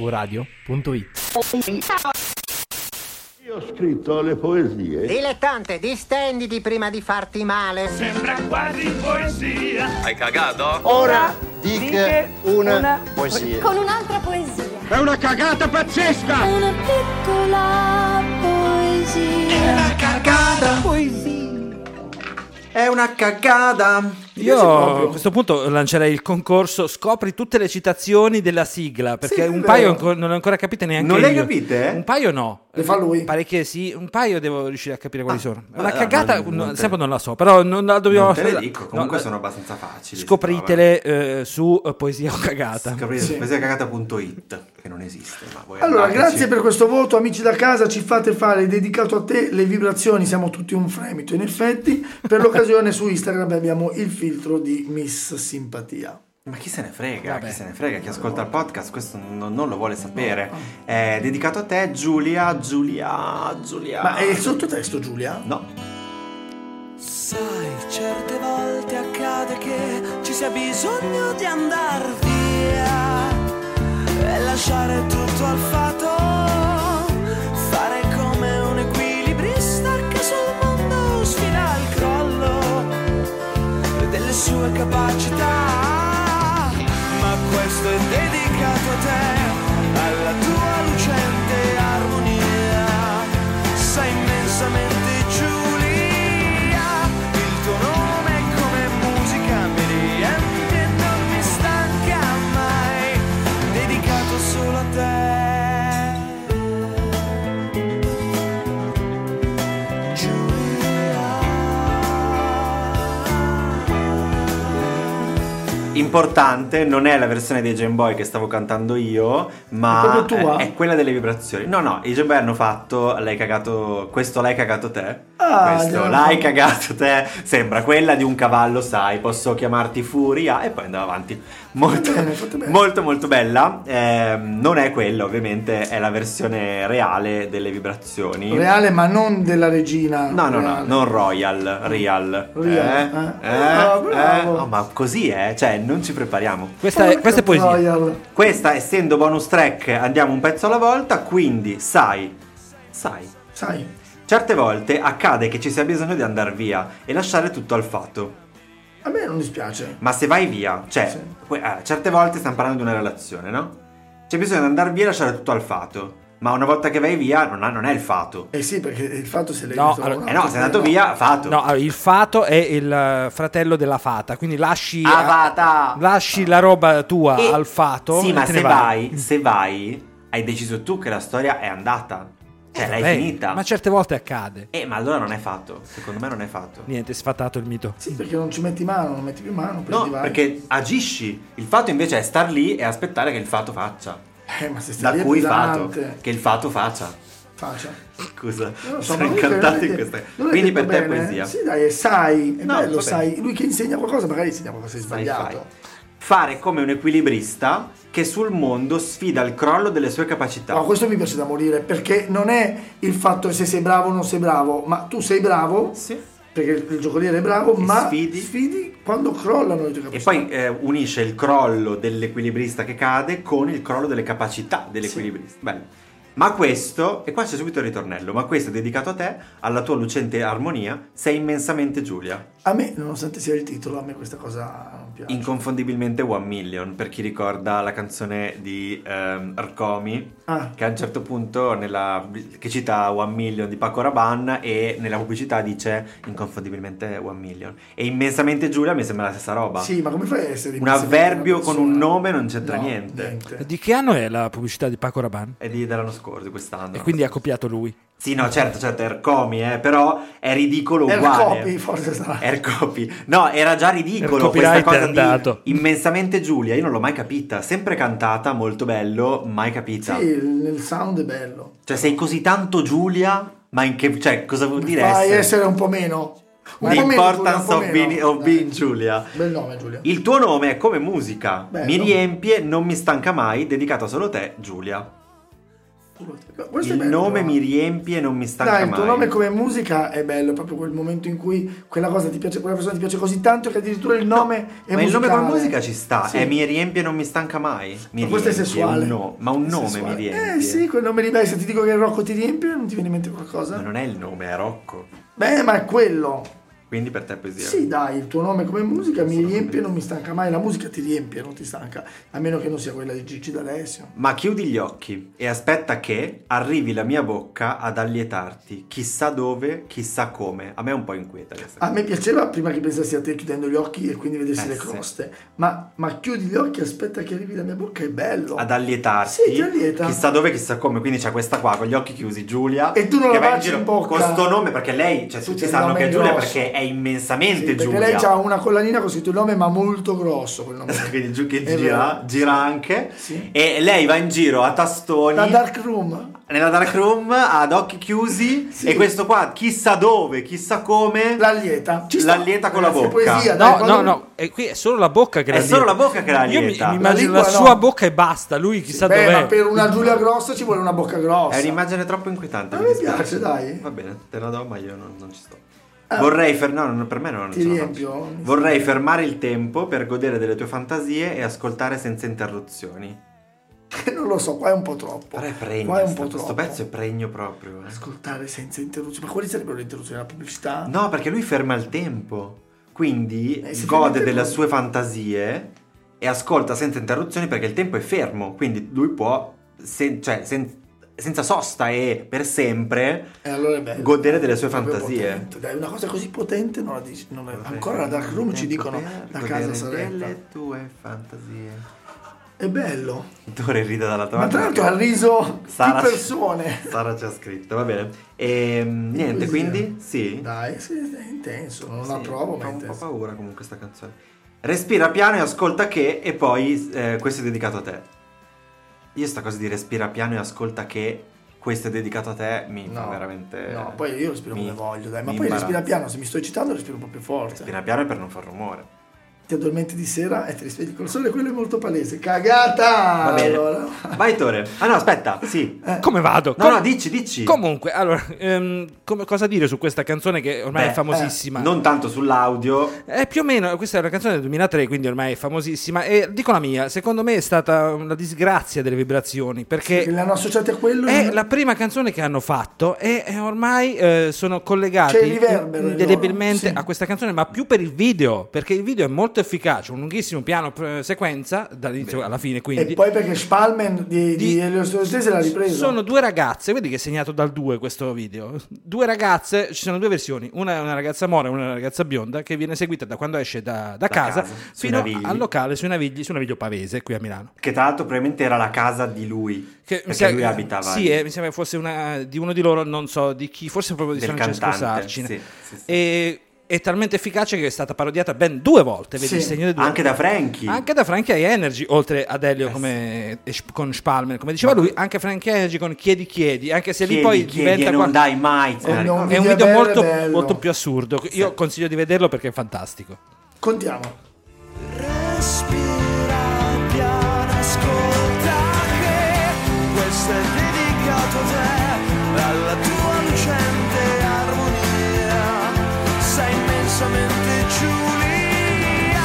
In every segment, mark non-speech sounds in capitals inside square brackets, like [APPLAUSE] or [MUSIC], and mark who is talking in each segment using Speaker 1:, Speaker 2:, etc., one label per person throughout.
Speaker 1: mvradio.it
Speaker 2: Io ho scritto le poesie.
Speaker 3: Dilettante, distenditi prima di farti male.
Speaker 4: Hai cagato?
Speaker 2: Ora dica una, poesia.
Speaker 5: con un'altra poesia.
Speaker 2: È una cagata pazzesca!
Speaker 5: Una piccola poesia.
Speaker 6: È una cagada.
Speaker 7: Io a questo punto lancerei il concorso. Scopri tutte le citazioni della sigla. Perché
Speaker 6: Sì,
Speaker 7: un
Speaker 6: vero.
Speaker 7: paio ancora- non le ho ancora capite neanche.
Speaker 6: Non le hai
Speaker 7: io.
Speaker 6: capite?
Speaker 7: Un paio no.
Speaker 6: Le fa lui.
Speaker 7: Parecchie sì, un paio devo riuscire a capire quali sono.
Speaker 6: vabbè,
Speaker 7: La cagata,
Speaker 6: non-
Speaker 7: no,
Speaker 6: non te-
Speaker 7: sempre non la so, però non la dobbiamo.
Speaker 4: Non te le dico,
Speaker 7: no,
Speaker 4: comunque
Speaker 6: eh,
Speaker 7: la-
Speaker 4: sono abbastanza facili.
Speaker 7: Scopritele eh, su eh, Poesia o Cagata.
Speaker 4: Scoprite
Speaker 6: Sì.
Speaker 4: cagata.it che non esiste, ma voi
Speaker 6: Allora,
Speaker 4: andateci.
Speaker 6: grazie per questo voto, amici da casa, ci fate fare dedicato a te le vibrazioni, siamo tutti un fremito in effetti. Per l'occasione su Instagram abbiamo il filtro di Miss Simpatia.
Speaker 4: Ma chi se ne frega? Chi se ne frega? Chi ascolta il podcast questo non, non lo vuole sapere. È dedicato a te, Giulia, Giulia, Giulia.
Speaker 6: Ma è il sottotesto, Giulia?
Speaker 4: No.
Speaker 8: Sai, certe volte accade che ci sia bisogno di andar via e lasciare tutto al fato, fare come un equilibrista che sul mondo sfida il crollo delle sue capacità. Ma questo è dedicato a te, alla tua lucente armonia. Sei immensamente Giulia, il tuo nome è come musica mi riempie e non mi stanca mai. Dedicato solo a te.
Speaker 4: Importante, non è la versione dei Game Boy che stavo cantando io, ma
Speaker 6: È proprio tua?
Speaker 4: eh, è quella delle vibrazioni. No, no, i Game Boy hanno fatto l'hai cagato, questo l'hai cagato te.
Speaker 6: Ah,
Speaker 4: questo
Speaker 6: no.
Speaker 4: l'hai cagato te. Sembra quella di un cavallo, sai, posso chiamarti Furia e poi andava avanti. Molto,
Speaker 6: Fatto bene, fatto bene.
Speaker 4: molto, molto bella. Ehm, non è quella, ovviamente, è la versione reale delle vibrazioni.
Speaker 6: Reale, ma non della regina.
Speaker 4: No, no, no,
Speaker 6: reale.
Speaker 4: non Royal, Real.
Speaker 6: Real,
Speaker 4: eh?
Speaker 6: eh.
Speaker 4: Eh?
Speaker 6: Ah,
Speaker 4: Eh?
Speaker 6: bravo.
Speaker 4: Oh, ma così è, cioè non ci prepariamo.
Speaker 7: Questa è, questa è poesia.
Speaker 6: Royal.
Speaker 4: Questa, essendo bonus track, andiamo un pezzo alla volta, quindi sai, sai,
Speaker 6: Sai,
Speaker 4: certe volte accade che ci sia bisogno di andare via e lasciare tutto al fatto.
Speaker 6: a me non dispiace.
Speaker 4: Ma se vai via, cioè,
Speaker 6: Sì.
Speaker 4: que- eh, certe volte stiamo parlando di una relazione, no? C'è bisogno di andare via e lasciare tutto al fatto. Ma una volta che vai via, non, ha- non è il fatto.
Speaker 6: Eh sì, perché il fatto se l'hai
Speaker 7: No,
Speaker 6: visto
Speaker 7: allora-
Speaker 4: Eh no, sei andato via, fatto.
Speaker 7: No, allora, il fato è il eh, fratello della fata, quindi lasci,
Speaker 4: Avata.
Speaker 7: lasci la roba tua
Speaker 4: Ah, E-
Speaker 7: al fato.
Speaker 4: Sì,
Speaker 7: e
Speaker 4: ma
Speaker 7: te
Speaker 4: se
Speaker 7: ne
Speaker 4: vai, se vai, hai deciso tu che la storia è andata. Cioè, l'hai
Speaker 7: Vabbè,
Speaker 4: finita.
Speaker 7: Eh, Ma certe volte accade.
Speaker 4: Eh, ma allora non è fatto. Secondo me non è fatto.
Speaker 7: Niente, sfatato il mito.
Speaker 6: Sì, perché non ci metti mano, non metti più mano, prendi
Speaker 4: No,
Speaker 6: vai.
Speaker 4: perché agisci. Il fatto invece è star lì e aspettare che il fatto faccia.
Speaker 6: Eh, ma se stai
Speaker 4: Da
Speaker 6: lì è
Speaker 4: cui fatto.
Speaker 6: pesante.
Speaker 4: Che il fatto faccia.
Speaker 6: Faccia.
Speaker 4: Scusa,
Speaker 6: Non lo so,
Speaker 4: sono
Speaker 6: ma lui
Speaker 4: incantato in
Speaker 6: veramente-
Speaker 4: questa.
Speaker 6: non l'hai
Speaker 4: Quindi per
Speaker 6: detto
Speaker 4: te è
Speaker 6: bene? eh?
Speaker 4: poesia.
Speaker 6: Sì, dai, è sai, è
Speaker 4: No,
Speaker 6: bello,
Speaker 4: va bene.
Speaker 6: sai. Lui che insegna qualcosa, magari insegna qualcosa di
Speaker 4: Fai,
Speaker 6: sbagliato.
Speaker 4: fai. Fare come un equilibrista che sul mondo sfida il crollo delle sue capacità.
Speaker 6: No, questo mi piace da morire perché non è il fatto se sei bravo o non sei bravo, ma tu sei bravo
Speaker 4: Sì.
Speaker 6: perché il il giocoliere è bravo, ma
Speaker 4: sfidi.
Speaker 6: sfidi. quando crollano le tue
Speaker 4: E
Speaker 6: capacità.
Speaker 4: poi eh, unisce il crollo dell'equilibrista che cade con il crollo delle capacità dell'equilibrista. Bello. Ma questo, e qua c'è subito il ritornello, ma questo è dedicato a te, alla tua lucente armonia, sei immensamente Giulia.
Speaker 6: A me, nonostante sia il titolo, a me questa cosa non piace.
Speaker 4: Inconfondibilmente One Million, per chi ricorda la canzone di ehm, Arcomi,
Speaker 6: Ah.
Speaker 4: che a un certo punto nella, che cita One Million di Paco Rabanne e nella pubblicità dice inconfondibilmente One Million. E immensamente Giulia mi sembra la stessa roba.
Speaker 6: Sì, ma come fai a essere
Speaker 4: Un
Speaker 6: immensamente una
Speaker 4: avverbio con un
Speaker 6: persona?
Speaker 4: nome non c'entra
Speaker 6: No,
Speaker 4: niente.
Speaker 7: Di che anno è la pubblicità di Paco Rabanne?
Speaker 4: È di, dell'anno scorso, di quest'anno.
Speaker 7: E quindi ha copiato lui.
Speaker 4: Sì, no, certo, certo, Ercomi, eh, però è ridicolo
Speaker 6: Air
Speaker 4: uguale.
Speaker 6: copy, forse sarà.
Speaker 4: Ercopi. No, era già
Speaker 7: Il
Speaker 4: ridicolo questa
Speaker 7: copyright
Speaker 4: cosa
Speaker 7: è andato.
Speaker 4: di immensamente Giulia, io non l'ho mai capita, sempre cantata, molto bello, mai capita.
Speaker 6: Sì, il, il sound è bello.
Speaker 4: Cioè, sei così tanto Giulia, ma in che... cioè, cosa vuol dire
Speaker 6: Fai
Speaker 4: essere?
Speaker 6: essere... un po' meno.
Speaker 4: The importance of being, of being
Speaker 6: Giulia.
Speaker 4: oh, Giulia.
Speaker 6: Bel nome, Giulia.
Speaker 4: Il tuo nome è come musica,
Speaker 6: Bello.
Speaker 4: mi riempie, non mi stanca mai, dedicata solo a te, Giulia.
Speaker 6: Ma Questo
Speaker 4: Il
Speaker 6: è bello,
Speaker 4: nome
Speaker 6: però.
Speaker 4: mi riempie e non mi stanca
Speaker 6: Dai, il
Speaker 4: mai.
Speaker 6: tuo nome come musica è bello, è proprio quel momento in cui quella cosa ti piace, quella persona ti piace così tanto che addirittura il nome è
Speaker 4: ma il nome
Speaker 6: musicale.
Speaker 4: come musica ci sta,
Speaker 6: Sì.
Speaker 4: e mi riempie e non mi stanca mai. Mi
Speaker 6: Ma questo è
Speaker 4: riempie,
Speaker 6: sessuale.
Speaker 4: un no- ma un
Speaker 6: È
Speaker 4: nome
Speaker 6: sessuale.
Speaker 4: mi riempie.
Speaker 6: Eh sì, quel nome lì, beh, se ti dico che il Rocco ti riempie, non ti viene in mente qualcosa?
Speaker 4: Ma non è il nome, è Rocco.
Speaker 6: Beh, ma è quello.
Speaker 4: Quindi per te è poesia.
Speaker 6: Sì, dai, il tuo nome come musica mi riempie e non mi stanca mai. La musica ti riempie e non ti stanca, a meno che non sia quella di Gigi D'Alessio.
Speaker 4: Ma chiudi gli occhi e aspetta che arrivi la mia bocca ad allietarti, chissà dove, chissà come. A me è un po' inquieta questa
Speaker 6: A me piaceva prima che pensassi a te chiudendo gli occhi e quindi vedessi
Speaker 4: Eh,
Speaker 6: le
Speaker 4: sì.
Speaker 6: croste. Ma, ma chiudi gli occhi, aspetta che arrivi la mia bocca, è bello.
Speaker 4: ad allietarti.
Speaker 6: Sì, ti allieta.
Speaker 4: Chissà dove, chissà come. Quindi c'è questa qua con gli occhi chiusi, Giulia.
Speaker 6: E tu non
Speaker 4: che
Speaker 6: la
Speaker 4: va in
Speaker 6: baci
Speaker 4: giro
Speaker 6: in bocca.
Speaker 4: Con sto nome, perché lei, cioè,
Speaker 6: Sì,
Speaker 4: tutti
Speaker 6: c'è il
Speaker 4: sanno
Speaker 6: nome
Speaker 4: che è Giulia
Speaker 6: grosso.
Speaker 4: perché è
Speaker 6: Sì,
Speaker 4: immensamente
Speaker 6: perché
Speaker 4: Giulia.
Speaker 6: lei ha una collanina con scritto il nome, ma molto grosso quel
Speaker 4: [LAUGHS]
Speaker 6: nome.
Speaker 4: Quindi giù che
Speaker 6: È
Speaker 4: gira,
Speaker 6: vero.
Speaker 4: gira anche.
Speaker 6: Sì.
Speaker 4: E lei va in giro a tastoni.
Speaker 6: La Dark Room.
Speaker 4: Nella dark room ad occhi chiusi
Speaker 6: Sì.
Speaker 4: e questo qua chissà dove, chissà come
Speaker 6: La lieta. Ci sta.
Speaker 4: La lieta con la
Speaker 6: Ragazzi,
Speaker 4: bocca.
Speaker 6: Poesia,
Speaker 7: No,
Speaker 6: dai,
Speaker 7: no,
Speaker 6: quando-
Speaker 7: no, è, qui è solo la bocca che
Speaker 4: È
Speaker 7: la
Speaker 4: solo
Speaker 7: lieta.
Speaker 4: la bocca che la
Speaker 7: Io mi-
Speaker 4: lieta.
Speaker 7: mi
Speaker 4: La
Speaker 7: immagino la,
Speaker 6: lingua no.
Speaker 7: sua bocca e basta, lui chissà
Speaker 6: Beh,
Speaker 7: dov'è.
Speaker 6: ma per una Giulia grossa ci vuole una bocca grossa.
Speaker 4: È un'immagine troppo inquietante.
Speaker 6: Ma
Speaker 4: mi
Speaker 6: mi
Speaker 4: dispiace.
Speaker 6: piace, dai. Eh.
Speaker 4: Va bene, te la do, ma io non, non ci sto. Vorrei fer- no, non- per me non
Speaker 6: Ti
Speaker 4: ce la
Speaker 6: riempio?
Speaker 4: faccio. Vorrei fermare il tempo per godere delle tue fantasie e ascoltare senza interruzioni.
Speaker 6: [LAUGHS] non lo so, qua è un po' troppo.
Speaker 4: Però è pregno.
Speaker 6: Qua è un
Speaker 4: sta-
Speaker 6: po'
Speaker 4: questo
Speaker 6: troppo.
Speaker 4: pezzo è pregno proprio. eh.
Speaker 6: Ascoltare senza interruzioni. Ma quali sarebbero le interruzioni? La pubblicità?
Speaker 4: No, perché lui ferma il tempo. Quindi
Speaker 6: Eh, se ferma
Speaker 4: gode
Speaker 6: il
Speaker 4: delle
Speaker 6: tempo-
Speaker 4: sue fantasie e ascolta senza interruzioni perché il tempo è fermo. Quindi lui può, sen- cioè, sen- senza sosta e per sempre
Speaker 6: E Eh, allora è bello.
Speaker 4: godere delle sue
Speaker 6: Proprio
Speaker 4: fantasie.
Speaker 6: potente. Dai, una cosa così potente non la dici. non la- ancora la Dark Room ci dicono da casa sorella.
Speaker 4: Le tue fantasie.
Speaker 6: È bello.
Speaker 4: Dovrei ridere dalla tua
Speaker 6: Ma tra l'altro ha riso
Speaker 4: Sara-
Speaker 6: di persone.
Speaker 4: Sara ci ha scritto, va bene. Ehm, niente,
Speaker 6: Poesia.
Speaker 4: quindi sì.
Speaker 6: Dai, sì, è intenso. Non la
Speaker 4: Sì,
Speaker 6: provo,
Speaker 4: fa
Speaker 6: ma è
Speaker 4: un po'
Speaker 6: intenso.
Speaker 4: paura comunque sta canzone. Respira piano e ascolta che e poi eh, questo è dedicato a te. Io sta cosa di respira piano e ascolta che questo è dedicato a te mi fa veramente
Speaker 6: no, poi io respiro
Speaker 4: mi-
Speaker 6: come voglio, dai, ma
Speaker 4: mi
Speaker 6: poi respira
Speaker 4: imbarazza.
Speaker 6: piano, se mi sto eccitando respiro un po' più forte.
Speaker 4: Respira piano è per non far rumore.
Speaker 6: Ti addormenti di sera e ti risvegli col sole, quello è molto palese. Cagata!
Speaker 4: Va bene.
Speaker 6: Allora.
Speaker 4: Vai Tore. Ah no, aspetta, sì.
Speaker 7: Eh, Come vado?
Speaker 4: No,
Speaker 7: Com-
Speaker 4: no, dici, dici.
Speaker 7: Comunque, allora, ehm, come- cosa dire su questa canzone che ormai
Speaker 4: Beh, eh,
Speaker 7: è famosissima?
Speaker 4: Non tanto sull'audio,
Speaker 7: Eh, più o meno, questa è una canzone del 2003, quindi ormai è famosissima. E dico la mia, secondo me è stata una disgrazia delle vibrazioni, perché
Speaker 6: Che l'hanno associati a quello
Speaker 7: è
Speaker 6: non-
Speaker 7: la prima canzone che hanno fatto e, e ormai eh, sono collegati
Speaker 6: C'è il riverbero in
Speaker 7: indelebilmente
Speaker 6: loro, sì.
Speaker 7: a questa canzone, ma più per il video, perché il video è molto efficace, un lunghissimo piano eh, sequenza dall'inizio alla fine, quindi
Speaker 6: E poi perché Spalman di, di,
Speaker 7: Di-
Speaker 6: Elio Stolzese l'ha ripreso.
Speaker 7: sono due ragazze, vedi che è segnato dal 2 questo video. Due ragazze, ci sono due versioni, una è una ragazza mora e una è una ragazza bionda che viene seguita da quando esce da, da casa,
Speaker 4: casa, sui
Speaker 7: fino
Speaker 4: Navigli.
Speaker 7: al locale sui Navigli, su Naviglio Pavese qui a Milano.
Speaker 4: Che tra l'altro probabilmente era la casa di lui.
Speaker 7: Che mi
Speaker 4: perché
Speaker 7: sembra-
Speaker 4: lui abitava
Speaker 7: Sì,
Speaker 4: lì.
Speaker 7: eh, mi sembra fosse una, di uno di loro, non so di chi, forse proprio di
Speaker 4: Del
Speaker 7: Francesco
Speaker 4: cantante,
Speaker 7: Sarcine.
Speaker 4: sì, sì, sì.
Speaker 7: E è talmente efficace che è stata parodiata ben due volte, vedi
Speaker 6: Sì.
Speaker 7: il segno dei due.
Speaker 4: Anche da Eh, Frankie.
Speaker 7: Anche da Frankie High Energy, oltre ad Elio come, e Sp- con Spalmer, come diceva lui, anche Frankie High Energy con Chiedi Chiedi, anche se lì
Speaker 4: Chiedi,
Speaker 7: poi
Speaker 4: chiedi
Speaker 7: diventa
Speaker 4: e non
Speaker 7: qua-
Speaker 4: dai mai.
Speaker 6: E
Speaker 4: Eh,
Speaker 6: non-
Speaker 7: è un
Speaker 6: Video
Speaker 7: video
Speaker 6: bello,
Speaker 7: molto,
Speaker 6: bello.
Speaker 7: molto più assurdo. Io consiglio di vederlo perché è fantastico.
Speaker 6: Contiamo.
Speaker 8: Respira piano, ascolta che questo è dedicato a te, alla tua lucente armonia. Sei immensamente Giulia,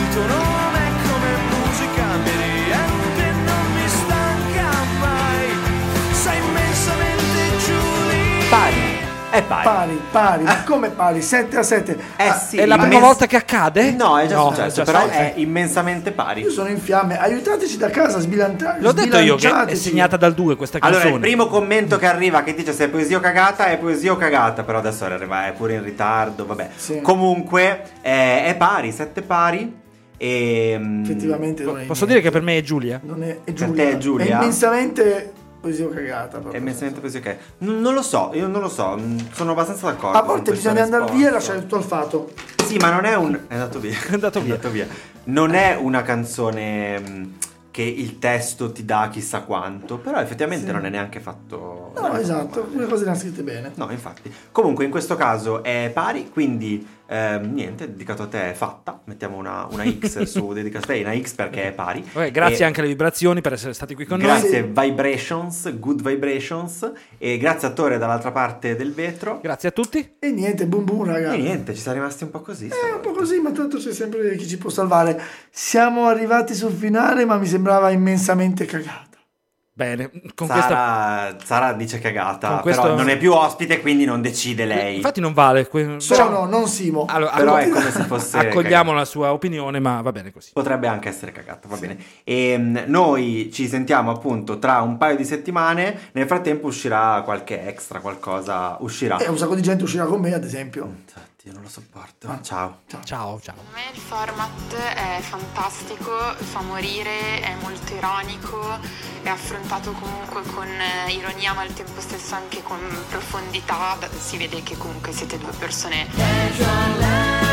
Speaker 8: il tuo nome è come musica, mi riempie e non mi stanca mai. Sei immensamente Giulia.
Speaker 4: pari. È pari.
Speaker 6: Pari, pari, ma come pari? 7 a Ah, 7.
Speaker 4: Ah. Eh sì.
Speaker 7: è la prima
Speaker 4: immens-
Speaker 7: volta che accade?
Speaker 4: No, è già
Speaker 7: No,
Speaker 4: successo,
Speaker 7: è già
Speaker 4: però
Speaker 7: successo.
Speaker 4: è immensamente pari.
Speaker 6: Io sono in fiamme, aiutateci da casa a sbilanciare.
Speaker 7: L'ho detto io che è segnata dal 2 questa canzone.
Speaker 4: Allora, il primo commento che arriva che dice se è poesia o cagata, è poesia o cagata, però adesso arriva, è pure in ritardo, vabbè.
Speaker 6: Sì.
Speaker 4: Comunque, eh, è pari, sette pari. E, mm,
Speaker 6: Effettivamente non è
Speaker 7: Posso
Speaker 6: niente.
Speaker 7: dire che per me è Giulia?
Speaker 6: non è,
Speaker 4: te
Speaker 6: è Giulia.
Speaker 4: è Giulia?
Speaker 6: È immensamente così ho cagata.
Speaker 4: È
Speaker 6: proprio.
Speaker 4: immensamente poesia o cagata. N- Non lo so, io non lo so, mm, sono abbastanza d'accordo.
Speaker 6: A
Speaker 4: con
Speaker 6: volte
Speaker 4: questa
Speaker 6: bisogna andare via e
Speaker 4: risposta.
Speaker 6: lasciare tutto al fato.
Speaker 4: Sì, ma non è un. È andato via.
Speaker 7: [LAUGHS] È andato via.
Speaker 4: Non è una canzone mh, che il testo ti dà chissà quanto, però effettivamente non è neanche fatto.
Speaker 7: esatto.
Speaker 6: No, esatto, alcune cose le hanno scritte bene.
Speaker 4: No, infatti. Comunque in questo caso è pari, quindi Ehm, niente, dedicato a te è fatta. Mettiamo una, una
Speaker 7: [LAUGHS]
Speaker 4: X su dedicato a te, una X perché è pari.
Speaker 7: Ok, grazie
Speaker 4: E-
Speaker 7: anche alle vibrazioni per essere stati qui con noi.
Speaker 4: Grazie Vibrations, Good Vibrations e grazie a Tore dall'altra parte del vetro.
Speaker 7: Grazie a tutti.
Speaker 6: E niente, boom boom, raga.
Speaker 4: E niente, ci siamo rimasti un po' così.
Speaker 6: Eh, un
Speaker 4: stavolta.
Speaker 6: po' così, ma tanto c'è sempre chi ci può salvare. Siamo arrivati sul finale, ma mi sembrava immensamente cagata.
Speaker 7: Bene, con questa...
Speaker 4: Sara, Sara dice cagata,
Speaker 7: con
Speaker 4: però
Speaker 7: questo-
Speaker 4: non è più ospite, quindi non decide lei.
Speaker 7: Infatti non vale. que-
Speaker 6: Sono, non Simo.
Speaker 7: Allora,
Speaker 4: però
Speaker 7: accog-
Speaker 4: è come se fosse
Speaker 7: Accogliamo la sua opinione, ma va bene così.
Speaker 4: Potrebbe anche essere cagata, va bene. Ehm, noi ci sentiamo appunto tra un paio di settimane. Nel frattempo uscirà qualche extra, qualcosa uscirà.
Speaker 6: E Eh, un sacco di gente uscirà con me, ad esempio.
Speaker 4: Infatti, io non lo sopporto. Ciao.
Speaker 7: Ciao, ciao.
Speaker 1: Secondo me il format è fantastico, fa morire, è molto ironico, è affrontato comunque con eh, ironia ma al tempo stesso anche con profondità, si vede che comunque siete due persone